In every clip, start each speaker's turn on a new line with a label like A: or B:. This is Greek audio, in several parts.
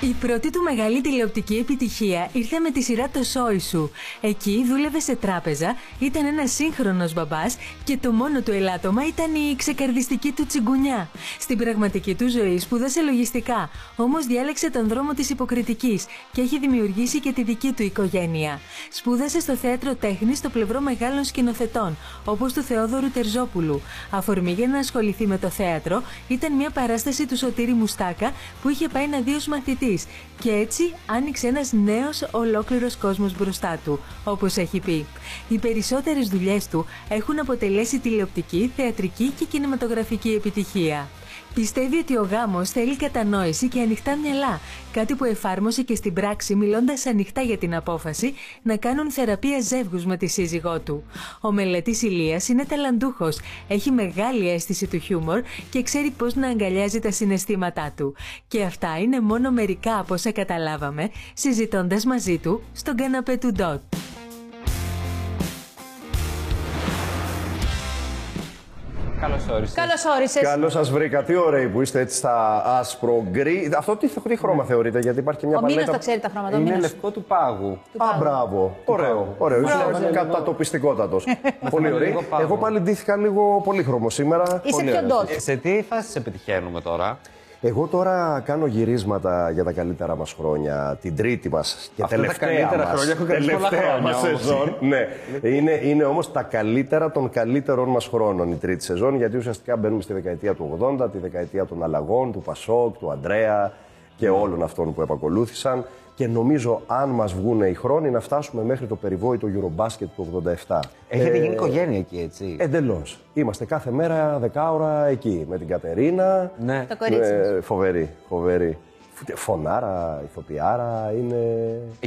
A: Η πρώτη του μεγάλη τηλεοπτική επιτυχία ήρθε με τη σειρά Το Σόι Σου. Εκεί δούλευε σε τράπεζα, ήταν ένας σύγχρονος μπαμπάς και το μόνο του ελάττωμα ήταν η ξεκαρδιστική του τσιγκουνιά. Στην πραγματική του ζωή σπούδασε λογιστικά, όμως διάλεξε τον δρόμο της υποκριτικής και έχει δημιουργήσει και τη δική του οικογένεια. Σπούδασε στο θέατρο τέχνη στο πλευρό μεγάλων σκηνοθετών, όπως του Θεόδωρου Τερζόπουλου. Αφορμή για να ασχοληθεί με το θέατρο ήταν μια παράσταση του Σωτήρη Μουστάκα που είχε πάει να δει ως μαθητής και έτσι άνοιξε ένας νέος ολόκληρος κόσμος μπροστά του, όπως έχει πει. Οι περισσότερες δουλειές του έχουν αποτελέσει τηλεοπτική, θεατρική και κινηματογραφική επιτυχία. Πιστεύει ότι ο γάμος θέλει κατανόηση και ανοιχτά μυαλά, κάτι που εφάρμοσε και στην πράξη μιλώντας ανοιχτά για την απόφαση να κάνουν θεραπεία ζεύγους με τη σύζυγό του. Ο μελετής Ηλίας είναι ταλαντούχος, έχει μεγάλη αίσθηση του χιούμορ και ξέρει πώς να αγκαλιάζει τα συναισθήματά του. Και αυτά είναι μόνο μερικά από όσα καταλάβαμε συζητώντας μαζί του στον καναπέ του Ντότ.
B: Καλώς όρισες.
C: Καλώς όρισες.
D: Καλώς σας βρήκα. Τι ωραίοι που είστε έτσι στα άσπρο-γκρι. Αυτό τι, τι χρώμα θεωρείτε, γιατί υπάρχει και μια
C: Ο Μήνος
D: παλέτα.
C: τα ξέρει τα χρώματα, ο
B: Είναι
C: Μήνος.
B: λευκό του πάγου.
D: Α, μπράβο. Ωραίο. ωραίο. Είσαι κατατοπιστικότατο. Πολύ
B: θυμάμαι
D: ωραίο.
B: λίγο πάγο.
D: Εγώ πάλι ντύθηκα λίγο πολύχρωμο σήμερα.
C: Είσαι
D: Πολύ
C: πιο
D: ωραίος.
C: ντότ.
B: Ε, σε τι φάση σε πετυχαίνουμε τώρα.
D: Εγώ τώρα κάνω γυρίσματα για τα καλύτερα μας χρόνια. Την τρίτη μας και
B: Αυτά τα
D: τελευταία.
B: καλύτερα
D: μας.
B: χρόνια έχουν κρατήσει πολλά
D: τελευταία
B: χρόνια
D: μας
B: όμως.
D: σεζόν. ναι. Είναι, είναι όμως τα καλύτερα των καλύτερων μας χρόνων η τρίτη σεζόν, γιατί ουσιαστικά μπαίνουμε στη δεκαετία του 80, τη δεκαετία των αλλαγών, του Πασόκ, του Αντρέα και όλων αυτών που επακολούθησαν. Και νομίζω, αν μας βγουν οι χρόνοι, να φτάσουμε μέχρι το περιβόητο Eurobasket του 87. Ε,
B: Έχετε γίνει οικογένεια εκεί, έτσι.
D: Εντελώς. Είμαστε κάθε μέρα δεκάωρα εκεί με την Κατερίνα.
B: ναι.
C: Το κορίτσι
D: Ναι,
C: μας.
D: φοβερή, φοβερή. Φου- Φωνάρα, ηθοποιάρα, είναι.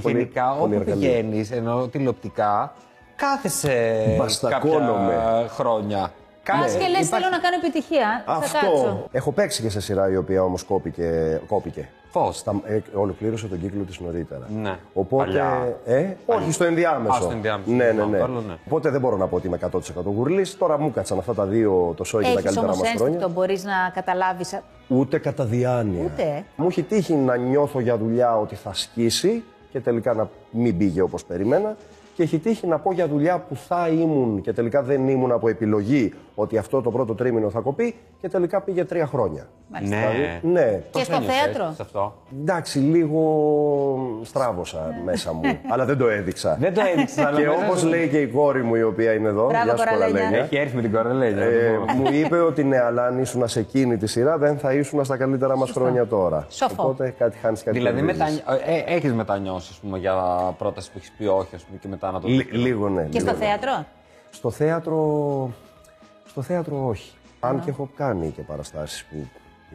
D: πολύ-
B: Γενικά,
D: πολύ
B: όπου
D: εργαλείο.
B: πηγαίνεις, ενώ τηλεοπτικά, κάθεσαι
D: Μπαστακώνομαι.
B: κάποια χρόνια. Ναι.
C: Πα
B: Κάθεσαι.
C: και λε: Θέλω να κάνω επιτυχία. Θα κάτσω.
D: Αυτό. Έχω παίξει και σε σειρά η οποία όμως κόπηκε. κόπηκε.
B: Πώς?
D: Στα, ε, ολοκλήρωσε τον κύκλο της νωρίτερα.
B: Ναι.
D: Οπότε.
B: Παλιά.
D: Ε, όχι, στο ενδιάμεσο.
B: Α, στο ενδιάμεσο.
D: Ναι, ναι,
B: Θυμάμαι,
D: ναι.
B: άλλο, ναι.
D: Οπότε δεν μπορώ να πω ότι είμαι 100% γουρλής. Τώρα μου κάτσαν αυτά τα δύο το σόι και τα
C: Έχεις
D: καλύτερα
C: όμω
D: μα χρόνια.
C: ένστικτο, μπορείς να καταλάβεις.
D: Ούτε κατά διάνοια.
C: Ούτε.
D: Μου έχει τύχει να νιώθω για δουλειά ότι θα σκίσει και τελικά να μην πήγε όπως περιμένα. Και έχει τύχει να πω για δουλειά που θα ήμουν και τελικά δεν ήμουν από επιλογή ότι αυτό το πρώτο τρίμηνο θα κοπεί και τελικά πήγε τρία χρόνια.
B: Ναι.
D: Ναι,
C: Και στο
B: ένιωσες
C: θέατρο.
B: Σε αυτό.
D: εντάξει, λίγο στράβωσα μέσα μου, αλλά δεν το έδειξα.
B: Δεν το έδειξα. αλλά
D: και
B: μετά
D: όπως
B: σου-
D: λέει και η κόρη μου η οποία είναι εδώ,
C: Μπράβο,
D: γεια σου
C: Κοραλένια.
D: Κοραλένια.
B: Έχει έρθει με την κορελέγια.
D: Ε, μου είπε ότι ναι, αλλά αν ήσουν σε εκείνη τη σειρά, δεν θα ήσουν στα καλύτερα μας χρόνια τώρα.
C: Σοφό.
D: Οπότε κάτι χάνεις κάτι.
B: Δηλαδή,
D: κερδίζεις.
B: μετα... ε, έχεις μετανιώσει ας πούμε, για πρόταση που έχεις πει όχι ας πούμε, και μετά να το
D: Λι- λίγο ναι.
C: Και
D: λίγο,
C: στο
D: ναι.
C: θέατρο.
D: Στο θέατρο. Στο θέατρο όχι. Αν και έχω κάνει και παραστάσεις που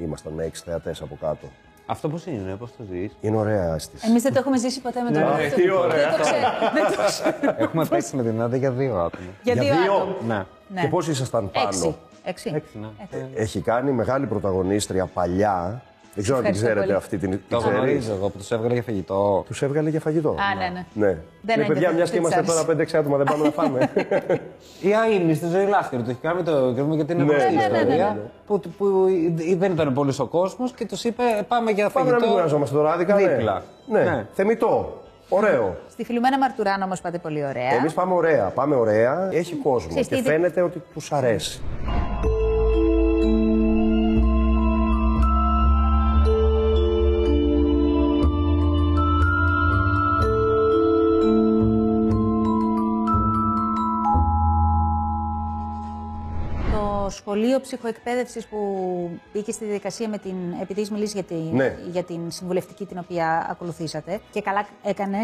D: ήμασταν με έξι θεατές από κάτω.
B: Αυτό πώς είναι, πώς το ζεις.
D: Είναι ωραία αίσθηση.
C: Εμείς δεν το έχουμε ζήσει ποτέ με τον
D: ναι,
C: Άλεξ.
D: τι ωραία.
C: Δεν Ε, το ξέρω. Δεν το ξέρω.
B: Έχουμε παίξει με την Άντα για δύο άτομα.
C: Για δύο άτομα.
B: Ναι.
C: Ναι.
D: Και πώς ήσασταν πάνω.
C: Έξι. Έξι.
B: Ναι.
D: Έχει κάνει μεγάλη πρωταγωνίστρια παλιά. Δεν ξέρω αν την
C: Ευχαριστώ
D: ξέρετε
C: πολύ.
D: αυτή την.
B: Το
D: την ξέρεις.
B: γνωρίζω εγώ που τους έβγαλε για φαγητό.
D: Τους έβγαλε για φαγητό.
C: Α, ναι, ναι.
D: Ναι.
C: Δεν
D: Λέει, παιδιά,
C: έγινε,
D: μιας και
C: δεν
D: είμαστε
C: της
D: τώρα 5-6 άτομα, δεν πάμε να φάμε.
B: Η Αίμνη στη ζωή λάσκερ το έχει κάνει το κρύβουμε γιατί είναι
D: Ναι,
B: γνωστή
D: ναι, ναι,
B: ιστορία. Που, που δεν ήταν πολύς ο κόσμος και τους είπε πάμε για
D: Πάμε να μην
B: φαγητό.
D: κουραζόμαστε τώρα, άδικα.
B: Δίπλα.
D: Ναι.
B: Ναι.
D: ναι. Θεμητό. Ωραίο.
C: Στη Φιλουμένα Μαρτουράν όμως πάτε πολύ ωραία.
D: Εμείς πάμε ωραία. Πάμε ωραία. Έχει κόσμο.
C: Ξέρεις τι,
D: και
C: δεν-
D: φαίνεται ότι τους αρέσει.
C: Το σχολείο ψυχοεκπαίδευσης που μπήκε στη διαδικασία με την. Επειδή μιλήσει για, τη-
D: Ναι.
C: για την συμβουλευτική την οποία ακολουθήσατε. Και καλά έκανες,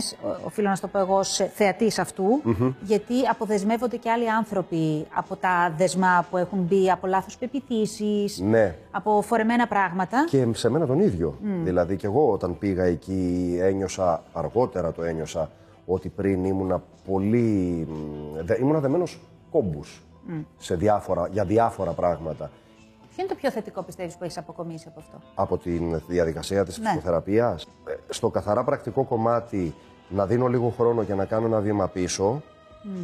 C: οφείλω να σου το πω εγώ, ως θεατής αυτού, Γιατί αποδεσμεύονται και άλλοι άνθρωποι από τα δεσμά που έχουν μπει από λάθος πεπιθήσεις,
D: Ναι.
C: από φορεμένα πράγματα.
D: Και σε μένα τον ίδιο.
C: Mm.
D: Δηλαδή και εγώ όταν πήγα εκεί ένιωσα, αργότερα το ένιωσα, ότι πριν ήμουνα πολύ... μ, δε- Ήμουνα δεμένος κόμπους
C: Mm.
D: σε διάφορα, για διάφορα πράγματα.
C: Ποιο είναι το πιο θετικό πιστεύεις που έχεις αποκομίσει από αυτό.
D: από τη διαδικασία της
C: Ναι.
D: ψυχοθεραπείας. Ε, Στο καθαρά πρακτικό κομμάτι να δίνω λίγο χρόνο και να κάνω ένα βήμα πίσω,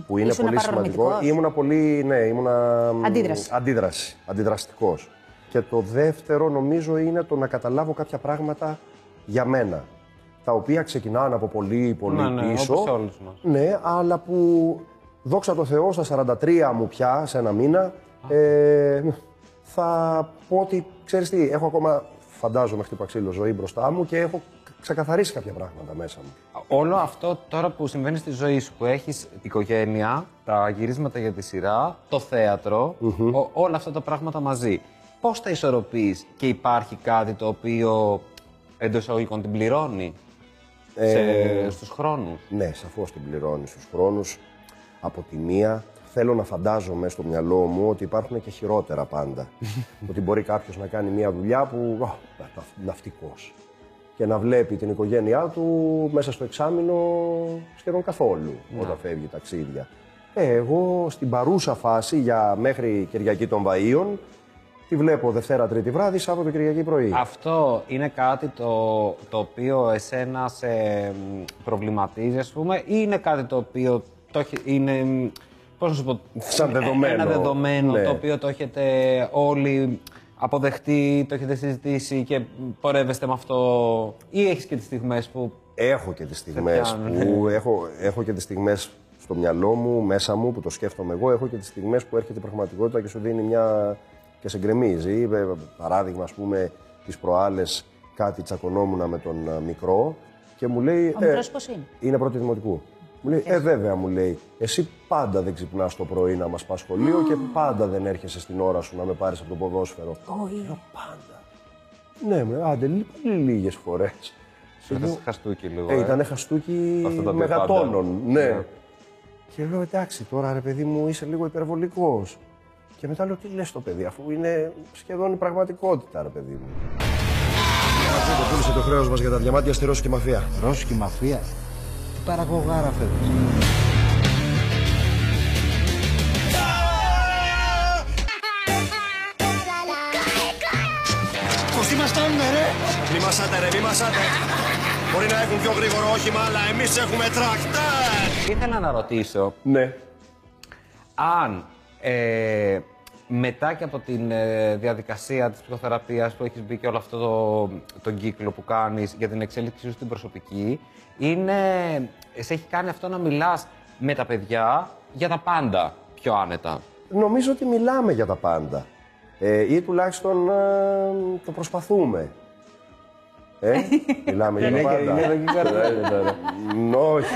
D: που είναι
C: Ήσουν
D: πολύ σημαντικό.
C: παρορμητικός.
D: Ήμουνα πολύ, ναι, ήμουνα... μ,
C: Αντίδραση.
D: Αντίδραση, αντιδραστικός. Και το δεύτερο νομίζω είναι το να καταλάβω κάποια πράγματα για μένα. Τα οποία ξεκινάνε από πολύ, πολύ
B: Ναι, ναι,
D: πίσω.
B: όπως όλους μας.
D: Ναι, αλλά που δόξα τω Θεώ στα 43 μου πια σε ένα μήνα ε, θα πω ότι ξέρεις τι, έχω ακόμα φαντάζομαι χτύπα ξύλο ζωή μπροστά μου και έχω ξεκαθαρίσει κάποια πράγματα μέσα μου.
E: Όλο αυτό τώρα που συμβαίνει στη ζωή σου, που έχεις την οικογένεια, τα γυρίσματα για τη σειρά, το θεατρο ο- όλα αυτά τα πράγματα μαζί. Πώς τα ισορροπείς και υπάρχει κάτι το οποίο εντός εισαγωγικών την πληρώνει
D: Ε,
E: σε, στους χρόνους.
D: Ναι, σαφώς την πληρώνει στους χρόνους. Από τη μία, θέλω να φαντάζομαι στο μυαλό μου ότι υπάρχουν και χειρότερα πάντα. ότι μπορεί κάποιος να κάνει μια δουλειά που. ναυτικός. Και να βλέπει την οικογένειά του μέσα στο εξάμεινο σχεδόν καθόλου όταν φεύγει ταξίδια. Ε, εγώ στην παρούσα φάση για μέχρι Κυριακή των Βαΐων τη βλέπω Δευτέρα Τρίτη βράδυ, Σάββατο Κυριακή πρωί.
E: Αυτό είναι κάτι το, το οποίο εσένα σε μ, προβληματίζει, ας πούμε, ή είναι κάτι το οποίο το έχει- είναι, μ, πώς να σου πω,
D: Σαν
E: είναι
D: δεδομένο.
E: Ένα δεδομένο
D: Ναι.
E: το οποίο το έχετε όλοι αποδεχτεί, το έχετε συζητήσει και πορεύεστε με αυτό. Ή έχεις και τις στιγμές που
D: Έχω και τις στιγμές
E: πιάνουν,
D: που έχω, έχω και τις στιγμές στο μυαλό μου, μέσα μου, που το σκέφτομαι εγώ. Έχω και τις στιγμές που έρχεται η πραγματικότητα και σου δίνει μια... και σε γκρεμίζει. Ε, Παράδειγμα, ας πούμε, τις προάλλες κάτι τσακωνόμουν με τον ε, μικρό και μου λέει... ε,
C: Ο μικρός πώς είναι?
D: Είναι πρώτη δημοτικού. Μου λέει, ε βέβαια μου λέει, εσύ πάντα δεν ξυπνάς το πρωί να μας πας σχολείο και πάντα δεν έρχεσαι στην ώρα σου να με πάρεις από το ποδόσφαιρο. Λέω, πάντα. Ναι, μου λέει, άντε λί- πολύ λίγες φορές.
E: έχεις χαστούκι λίγο.
D: Ε,
E: ε.
D: ήταν χαστούκι
E: Αυτά τα δύο
D: μεγατόνων.
E: πάντα.
D: Ναι.
E: Ναι.
D: Και λέω εντάξει, τώρα ρε παιδί μου είσαι λίγο υπερβολικός. Και μετά λέω τι λες το παιδί, αφού είναι σχεδόν η πραγματικότητα, ρε παιδί μου. Ακούτε, πούλησε το χρέος μας για τα διαμάντια στη Ρώσικη μαφία.
F: Ρώσικη μαφία. Παραγωγάρα φεύγει.
D: Πώ ήμασταν, ρε! Μη μασάτε, ρε, μη μασάτε. Μπορεί να έχουν πιο γρήγορο όχημα, αλλά εμείς έχουμε τρακτάρ.
E: Ήθελα να ρωτήσω,
D: Ναι.
E: αν ε, μετά και από την ε, διαδικασία της ψυχοθεραπείας που έχεις μπει και όλο αυτό το, τον κύκλο που κάνεις για την εξέλιξή σου στην προσωπική, είναι, σε έχει κάνει αυτό να μιλάς με τα παιδιά για τα πάντα πιο άνετα.
D: νομίζω ότι μιλάμε για τα πάντα. Ε, ή τουλάχιστον ε, το προσπαθούμε. Ε, μιλάμε για τα πάντα. Μ, Όχι.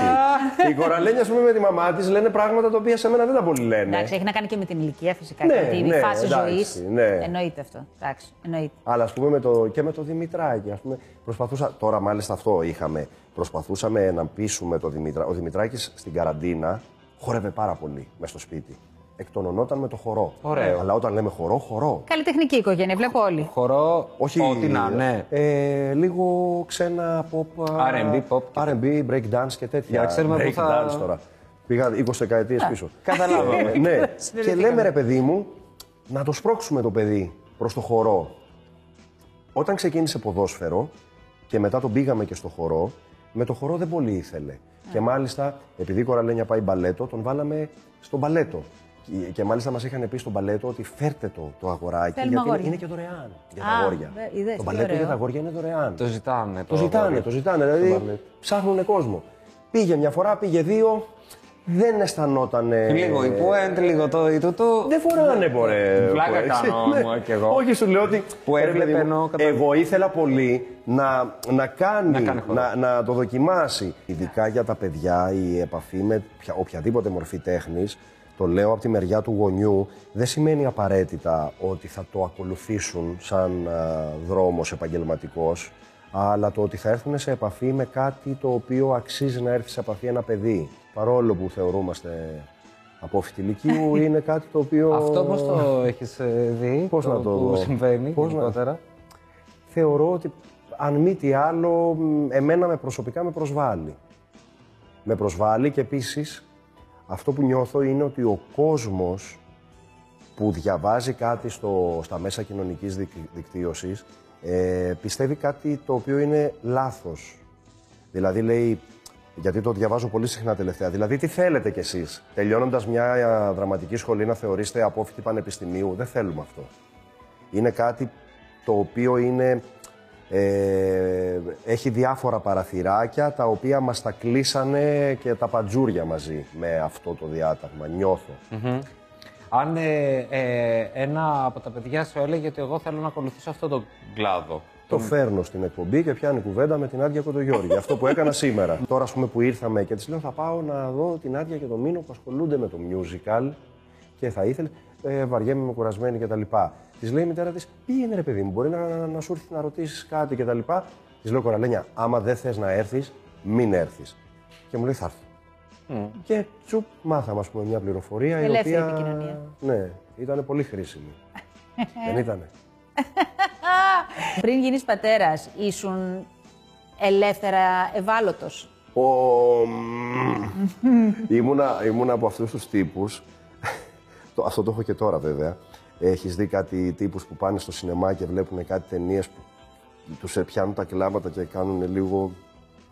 D: Οι κοραλένια, ας πούμε, με τη μαμά της λένε πράγματα τα οποία σε μένα δεν τα πολύ λένε.
C: Εντάξει, έχει να κάνει και με την ηλικία φυσικά.
D: Ναι,
C: και με την
D: ναι,
C: φάση ζωή.
D: εντάξει, ναι.
C: Εννοείται αυτό. Εντάξει, εννοείται.
D: Αλλά ας πούμε με το, και με το Δημητράκη. Ας πούμε, προσπαθούσα, τώρα μάλιστα αυτό είχαμε. Προσπαθούσαμε να πείσουμε το Δημητρά. Ο Δημητράκης στην καραντίνα χόρευε πάρα πολύ μέσα στο σπίτι. Εκτονωνόταν με το χορό.
E: Ωραίο.
D: Αλλά όταν λέμε χορό, χορό.
C: Καλλιτεχνική οικογένεια, βλέπω όλοι.
E: Χορό, ό,τι να, ναι.
D: Ε, λίγο ξένα pop. α,
E: R&B, pop και-
D: R&B, break dance και τέτοια.
E: Για να ξέρουμε πού
D: break
E: θα-
D: dance τώρα. Πήγα 20 δεκαετίες πίσω.
E: καταλάβαμε.
D: Ε, ναι. και λέμε ρε παιδί μου, να το σπρώξουμε το παιδί προς το χορό. Όταν ξεκίνησε ποδόσφαιρο και μετά τον πήγαμε και στο χορό, με το χορό δεν πολύ ήθελε. Και μάλιστα, επειδή η Κοραλένια πάει μπαλέτο, τον βάλαμε στο μπαλέτο. Και- Και μάλιστα μας είχαν πει στο μπαλέτο ότι φέρτε το, το αγοράκι.
C: Θέλουμε
D: γιατί είναι,
C: αγόρια.
D: είναι και δωρεάν. Για τα
C: Α,
D: αγόρια.
C: δε- είδες,
D: το
C: τι
D: μπαλέτο
C: ωραίο.
D: για τα αγόρια είναι δωρεάν.
E: Το ζητάνε.
D: Το ζητάνε, το ζητάνε. Δηλαδή ψάχνουν κόσμο. Πήγε μια φορά, πήγε δύο, δεν αισθανόταν.
E: Λίγο η Puent, λίγο το ή το το.
D: Δεν φοράνε, μπορέ.
E: ε, Πλάκα
D: μπορέ,
E: κάνω
D: ξέρεις,
E: όμως
D: ναι.
E: κι εγώ.
D: Όχι, σου λέω ότι.
E: Που
D: ρε,
E: έβλεπε
D: παιδί μου,
E: ενώ κατά-
D: Εγώ ήθελα πολύ να, να κάνει, να,
E: κάνει χορό.
D: να, το δοκιμάσει. Ειδικά για τα παιδιά, η επαφή με ποια- οποιαδήποτε μορφή τέχνης, το λέω από τη μεριά του γονιού, δεν σημαίνει απαραίτητα ότι θα το ακολουθήσουν σαν α, δρόμος επαγγελματικός, αλλά το ότι θα έρθουν σε επαφή με κάτι το οποίο αξίζει να έρθει σε επαφή ένα παιδί. Παρόλο που θεωρούμαστε απόφοιτη ηλικίου, είναι κάτι το οποίο...
E: Αυτό πώς το έχεις δει,
D: Πώς να το
E: που
D: δω.
E: συμβαίνει
D: Πώς να-
E: γενικότερα.
D: θεωρώ ότι αν μη τι άλλο, μ, εμένα με προσωπικά με προσβάλλει. Με προσβάλλει και επίσης αυτό που νιώθω είναι ότι ο κόσμος που διαβάζει κάτι στο, στα μέσα κοινωνικής δικ, δικτύωσης ε, πιστεύει κάτι το οποίο είναι λάθος. Δηλαδή λέει, γιατί το διαβάζω πολύ συχνά τελευταία, δηλαδή τι θέλετε κι εσείς, τελειώνοντας μια ε, δραματική σχολή να θεωρείστε απόφοιτη πανεπιστημίου, δεν θέλουμε αυτό είναι κάτι το οποίο είναι Ε, έχει διάφορα παραθυράκια τα οποία μας τα κλείσανε και τα παντζούρια μαζί με αυτό το διάταγμα, νιώθω.
E: Αν ε, ε, ένα από τα παιδιά σου έλεγε ότι εγώ θέλω να ακολουθήσω αυτόν τον κλάδο.
D: Το φέρνω στην εκπομπή και πιάνει κουβέντα με την Άντια Κοντογιώργη. αυτό που έκανα σήμερα. Τώρα, ας πούμε, που ήρθαμε και της λέω, θα πάω να δω την Άντια και τον Μίνο που ασχολούνται με το musical και θα ήθελε. Ε, βαριέμαι, είμαι κουρασμένη κτλ. Της λέει η μητέρα της, πήγαινε ρε παιδί μου, μπορεί να, να, να σου έρθει να ρωτήσεις κάτι κτλ. Της λέω, Κοραλένια, άμα δεν θες να έρθεις, μην έρθεις. Και μου λέει, θα έρθω. Και τσουπ, μάθαμε, ας πούμε, μια πληροφορία η
C: Ελεύθερη
D: οποία...
C: επικοινωνία.
D: Ναι, ήταν πολύ χρήσιμη. δεν ήτανε.
C: Πριν γίνεις πατέρας, ήσουν ελεύθερα ευάλωτος.
D: Ο... ήμουνα, ήμουνα από αυτούς τους τύπους, το, αυτό το έχω και τώρα βέβαια, έχεις δει κάτι τύπους που πάνε στο σινεμά και βλέπουν κάτι ταινίες που τους ε, πιάνουν τα κλάματα και κάνουν λίγο...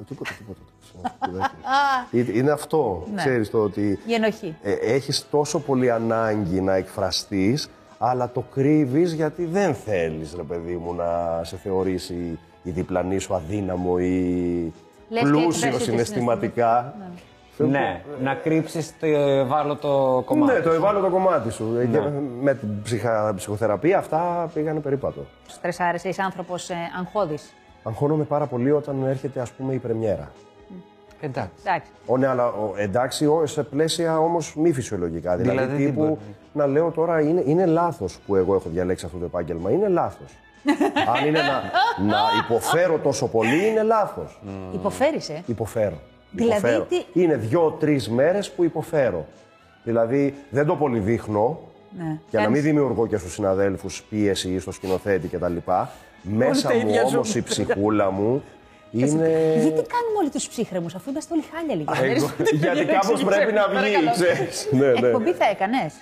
D: «Ε, Τίποτα, τίποτα. τίποτα, κουδάκι». Ε, Είναι αυτό, ξέρεις το ότι...
C: Η ενοχή.
D: Ε, έχεις τόσο πολύ ανάγκη να εκφραστείς, αλλά το κρύβεις γιατί δεν θέλεις, ρε παιδί μου, να σε θεωρήσει η διπλανή σου αδύναμο ή
C: Λες και
D: πλούσιο
C: εκφράζεται
D: συναισθηματικά. Θέλω
E: Ναι, να κρύψεις το ευάλωτο
D: που-
E: κομμάτι.
D: Ε, Ναι, το
E: σου.
D: ευάλωτο κομμάτι σου. Ε, και Με την ψυχα- ψυχοθεραπεία αυτά πήγανε περίπατο.
C: Στρεσάρεσαι, είσαι άνθρωπος ε, αγχώδης.
D: Αγχώνομαι πάρα πολύ όταν έρχεται, ας πούμε, η πρεμιέρα.
E: Εντάξει.
C: Εντάξει.
D: Ω, ναι, αλλά ο, εντάξει, ο, σε πλαίσια όμως μη φυσιολογικά. Δηλαδή,
E: Δηλαδή, τι μπορεί.
D: τύπου να λέω τώρα είναι, είναι λάθος που εγώ έχω διαλέξει αυτό το επάγγελμα. Είναι λάθος. Αν είναι να, να υποφέρω τόσο πολύ, είναι λάθος.
E: Mm.
C: Υποφέρεις, ε.
D: Υποφέρω.
C: Δηλαδή,
D: υποφέρω.
C: τι-
D: Είναι δύο-τρει μέρες που υποφέρω. Δηλαδή, δεν το πολύ δείχνω.
C: Ναι.
D: Για να μην
C: Κάνεις-
D: δημιουργώ και στους συναδέλφους πίεση ή στο σκηνοθέτη κτλ. Μέσα
E: τα
D: μου
E: ίδια
D: όμως
E: ζούμε.
D: η ψυχούλα μου είναι.
C: Γιατί κάνουμε όλοι τους ψύχρεμους, αφού είμαστε όλοι χάλια λιγάκι.
D: Ε. Εγώ- γιατί κάπως πρέπει να βγει, ξέρεις. Ναι, ναι.
C: Εκπομπή θα έκανες.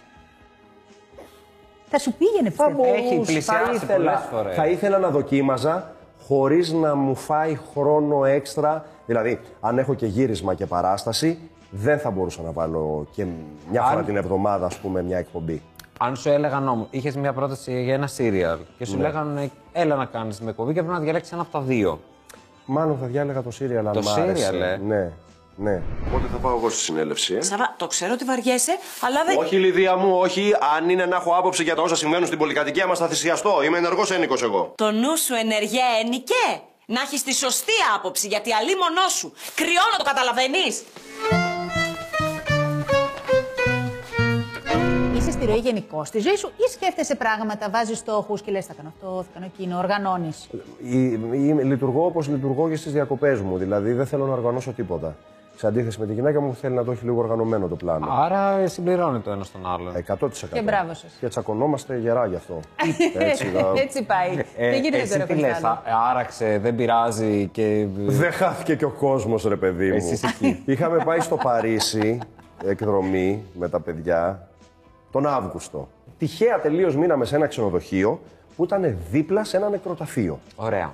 C: Θα σου πήγαινε,
D: Θα
C: πιστεύω.
E: Έχει
D: μπορούσα,
E: πλησιάσει
D: θα ήθελα-
E: πολλές φορές.
D: Θα ήθελα να δοκίμαζα χωρίς να μου φάει χρόνο έξτρα. Δηλαδή, αν έχω και γύρισμα και παράσταση, δεν θα μπορούσα να βάλω και μια φορά την εβδομάδα, ας πούμε, μια εκπομπή.
E: Αν σου έλεγαν όμω, είχες μια πρόταση για ένα σύριαλ και
D: Ναι.
E: σου λέγανε έλα να κάνεις με κοβή και πρέπει να διαλέξεις ένα από τα δύο.
D: Μάλλον θα διάλεγα το σύριαλ, αν
E: Το
D: μ' άρεσε.
E: serial, ε.
D: Ναι, ναι. Πότε θα πάω εγώ στη συνέλευση, ε?
G: Σάβα, το ξέρω ότι βαριέσαι, αλλά δεν.
D: Όχι, Λιδία μου, όχι. Αν είναι να έχω άποψη για τα όσα συμβαίνουν στην πολυκατοικία μας, θα θυσιαστώ. Είμαι ενεργός ένικος εγώ.
G: Το νου σου ενεργέ ένικε. Να έχεις τη σωστή άποψη, γιατί αλίμονό σου. Κρυό να το καταλαβαίνεις.
C: Είσαι στη ροή γενικώ στη ζωή σου ή σκέφτεσαι πράγματα, βάζεις στόχους και λες: Θα κάνω αυτό, θα κάνω εκείνο, οργανώνεις.
D: Είμαι- είμαι- λειτουργώ όπως λειτουργώ και στις διακοπές μου. Δηλαδή δεν θέλω να οργανώσω τίποτα. Σε αντίθεση με τη γυναίκα μου που θέλει να το έχει λίγο οργανωμένο το πλάνο.
E: Άρα ε, συμπληρώνει το ένας τον άλλον.
D: 100%.
C: Και μπράβο σας.
D: Και τσακωνόμαστε γερά γι' αυτό. Έτσι, θα-
C: Έτσι πάει.
E: Ε,
C: Δεν γίνεται
E: εσύ
C: τώρα
E: τι
C: χωρίς
E: λες,
C: άλλο.
E: α- ε, άραξε, δεν πειράζει και.
D: Δεν χάθηκε και ο κόσμος, ρε παιδί μου.
E: Εσείς εκεί.
D: Είχαμε πάει στο Παρίσι εκδρομή με τα παιδιά τον Αύγουστο. Τυχαία τελείως μείναμε σε ένα ξενοδοχείο που ήταν δίπλα σε ένα νεκροταφείο.
E: Ωραία.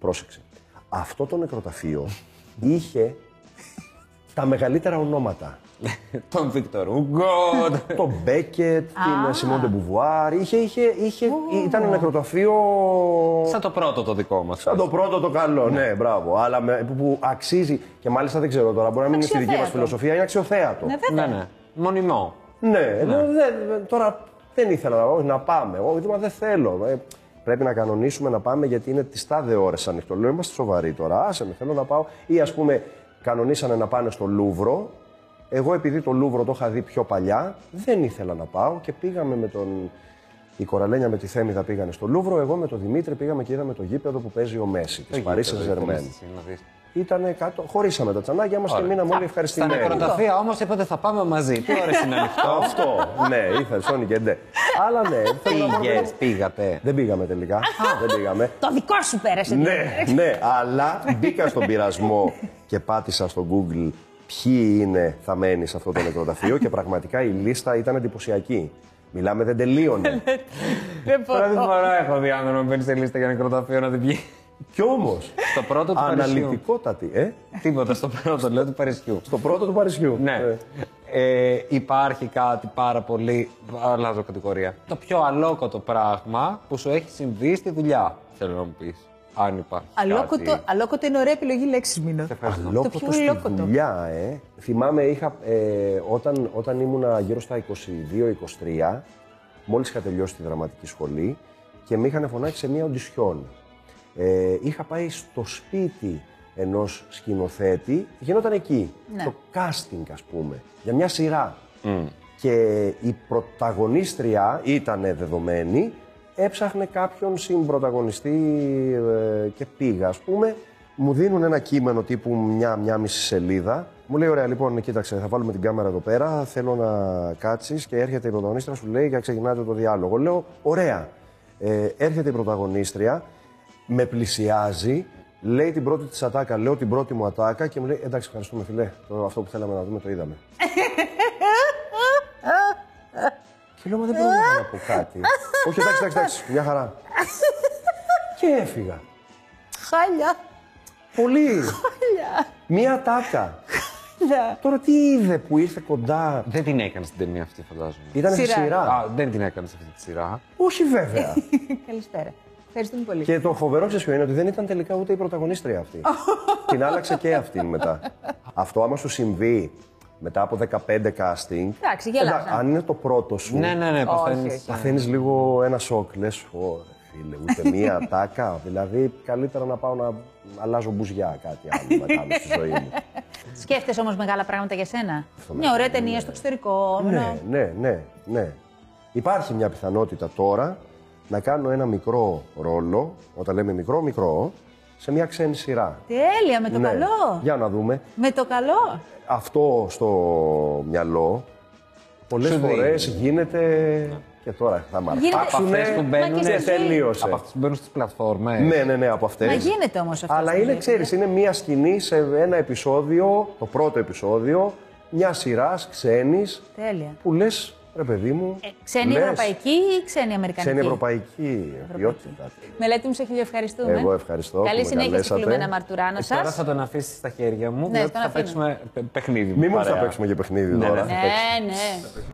D: Πρόσεξε. Αυτό το νεκροταφείο είχε τα μεγαλύτερα ονόματα.
E: Τον Βίκτορ Ουγκό.
D: το Μπέκετ, την Σιμών Ντεμπουβάρ. Είχε, είχε, είχε, ήταν ένα νεκροταφείο.
E: Σαν το πρώτο το δικό μας.
D: Σαν το πρώτο το καλό, ναι, μπράβο. Αλλά με, που, που αξίζει. Και μάλιστα δεν ξέρω τώρα, μπορεί να μην είναι στη δική μας
C: Αξιοθέατο.
D: φιλοσοφία, είναι αξιοθέατο. Ναι,
E: Ναι, ναι. Μονιμό.
D: ναι, δεν- τώρα δεν ήθελα να, όχι, να πάμε. Εγώ είπα, δεν θέλω. Ε, πρέπει να κανονίσουμε να πάμε γιατί είναι τι τάδε ώρες ανοιχτό. Λέω, είμαστε σοβαροί τώρα. Άσε με, θέλω να πάω. Ή ας πούμε, κανονίσανε να πάνε στο Λούβρο. Εγώ επειδή το Λούβρο το είχα δει πιο παλιά, δεν ήθελα να πάω και πήγαμε με τον. Η Κοραλένια με τη Θέμηδα πήγανε στο Λούβρο, εγώ με τον Δημήτρη πήγαμε και είδαμε το γήπεδο που παίζει ο Μέση, της Παρίσι Ζερμέν. Ήταν κάτω, χωρίσαμε τα τσανάκια μας και μείναμε όλοι
E: Στα
D: ευχαριστημένοι.
E: νεκροταφεία όμως είπατε θα πάμε μαζί. Τι ωραία είναι ανοιχτό.
D: Αυτό, ναι, ήρθε, Σόνι και ντε. Αλλά ναι, θέλω να
E: Πήγες,
D: πω-
E: πήγατε.
D: Δεν πήγαμε τελικά. Δεν πήγαμε.
C: Το δικό σου πέρασε. δηλαδή.
D: Ναι, ναι, αλλά μπήκα στον πειρασμό και πάτησα στο Google ποιοι είναι θα μένει σε αυτό το νεκροταφείο και πραγματικά η λίστα ήταν εντυπωσιακή. Μιλάμε, δεν τελείωνε.
E: Πρώτη φορά έχω δει άνθρωπο που μπαίνει στη λίστα για νεκροταφείο να την βγει.
D: Κι όμως.
E: Στο πρώτο του Παρισιού.
D: Αναλυτικότατη, ε.
E: Τίποτα στο πρώτο, λέω του Παρισιού.
D: Στο πρώτο του Παρισιού.
E: Ναι. Ε, υπάρχει κάτι πάρα πολύ. Αλλάζω κατηγορία. Το πιο αλόκοτο πράγμα που σου έχει συμβεί στη δουλειά, θέλω να μου πεις. αν υπάρχει.
H: Αλόκοτο,
E: κάτι.
H: αλόκοτο είναι ωραία επιλογή λέξης μήνα.
E: Σε ευχαριστώ.
H: Το
D: Αλόκοτο
H: πιο
D: στη
H: αλόκοτο.
D: δουλειά, ε. Θυμάμαι, είχα, ε, όταν, όταν ήμουνα γύρω στα 22-23, μόλις είχα τελειώσει τη δραματική σχολή και με είχαν φωνάξει σε μία οντισιόν. Ε, είχα πάει στο σπίτι ενός σκηνοθέτη, γινόταν εκεί,
H: Ναι.
D: το casting ας πούμε, για μια σειρά. Και η πρωταγωνίστρια ήταν δεδομένη, έψαχνε κάποιον συμπροταγωνιστή ε, και πήγα, ας πούμε. Μου δίνουν ένα κείμενο τύπου μια, μια μισή σελίδα. Μου λέει: Ωραία, λοιπόν, κοίταξε, θα βάλουμε την κάμερα εδώ πέρα. Θέλω να κάτσεις και έρχεται η πρωταγωνίστρια, σου λέει και ξεκινάτε το διάλογο. Λέω: Ωραία. Ε, έρχεται η πρωταγωνίστρια, με πλησιάζει, λέει την πρώτη της ατάκα. Λέω την πρώτη μου ατάκα και μου λέει: Εντάξει, ευχαριστούμε, φιλέ. Το, αυτό που θέλαμε να δούμε το είδαμε. Και λέω, μα δεν μπορώ να πω κάτι. Όχι, εντάξει, εντάξει, εντάξει, μια χαρά. και έφυγα.
H: Χάλια.
D: Πολύ. Μία τάκα. Τώρα τι είδε που ήρθε κοντά.
E: Δεν την έκανε στην ταινία αυτή, φαντάζομαι.
D: Ήταν στη
H: Σειρά.
D: σειρά.
E: Α, δεν την έκανε αυτή τη σειρά.
D: Όχι βέβαια.
H: Καλησπέρα. Ευχαριστούμε πολύ.
D: και το φοβερό ξέρεις ποιο είναι ότι δεν ήταν τελικά ούτε η πρωταγωνίστρια αυτή. την άλλαξε και αυτήν μετά. Αυτό άμα σου συμβεί μετά από 15 casting.
H: Εντάξει, γελάσαν.
D: εντά- Αν είναι το πρώτο σου.
E: Ναι, ναι, ναι, παθαίνει.
D: Παθαίνεις λίγο ένα σοκ. Λες, φίλε, ούτε μία τάκα. Δηλαδή, καλύτερα να πάω να αλλάζω μπουζιά κάτι άλλο να κάνω στη ζωή μου.
C: Σκέφτεσαι όμως μεγάλα πράγματα για σένα. Μια ωραία ταινία στο εξωτερικό.
D: ναι, ναι, ναι, ναι. Υπάρχει μια πιθανότητα τώρα να κάνω ένα μικρό ρόλο, όταν λέμε μικρό, μικρό, σε μια ξένη σειρά.
C: Τέλεια, με το
D: Ναι.
C: καλό.
D: Για να δούμε.
C: Με το καλό.
D: Αυτό στο μυαλό πολλές
E: Σου δίνει.
D: φορές γίνεται και τώρα θα μ'
C: Γίνεται-
D: αρπάξουνε
E: Αυτές που μπαίνουν.
D: και τελείωσε.
E: Από αυτές που μπαίνουν στις πλατφόρμες.
D: Ναι, ναι, ναι, από αυτές.
C: Μα γίνεται όμως αυτό
D: Αλλά
C: στην
D: είναι,
C: ζωή,
D: ξέρεις, είναι μία σκηνή σε ένα επεισόδιο, το πρώτο επεισόδιο, μια σειράς ξένης.
C: Τέλεια. Ε,
D: Που λες, ρε παιδί μου.
C: Ξένη
D: λες,
C: Ευρωπαϊκή ή ξένη Αμερικανική.
D: Ξένη ευρωπαϊκή. Ποιότητα.
C: Μελέτη μου, σε χιλιοευχαριστούμε.
D: Εγώ ευχαριστώ
C: Καλή
D: που με
C: συνέχεια στην
D: καλέσατε. Ε,
C: Κλουμένα Μαρτουράνο σας.
E: Τώρα θα τον αφήσεις στα χέρια μου.
C: Ναι,
E: διότι
C: τον
E: θα
C: αφήνω.
E: παίξουμε παι- παιχνίδι.
D: Μη μου
E: παρέα.
D: θα παίξουμε για παιχνίδι
E: Ναι,
D: τώρα.
E: ναι.
C: Ναι, ναι.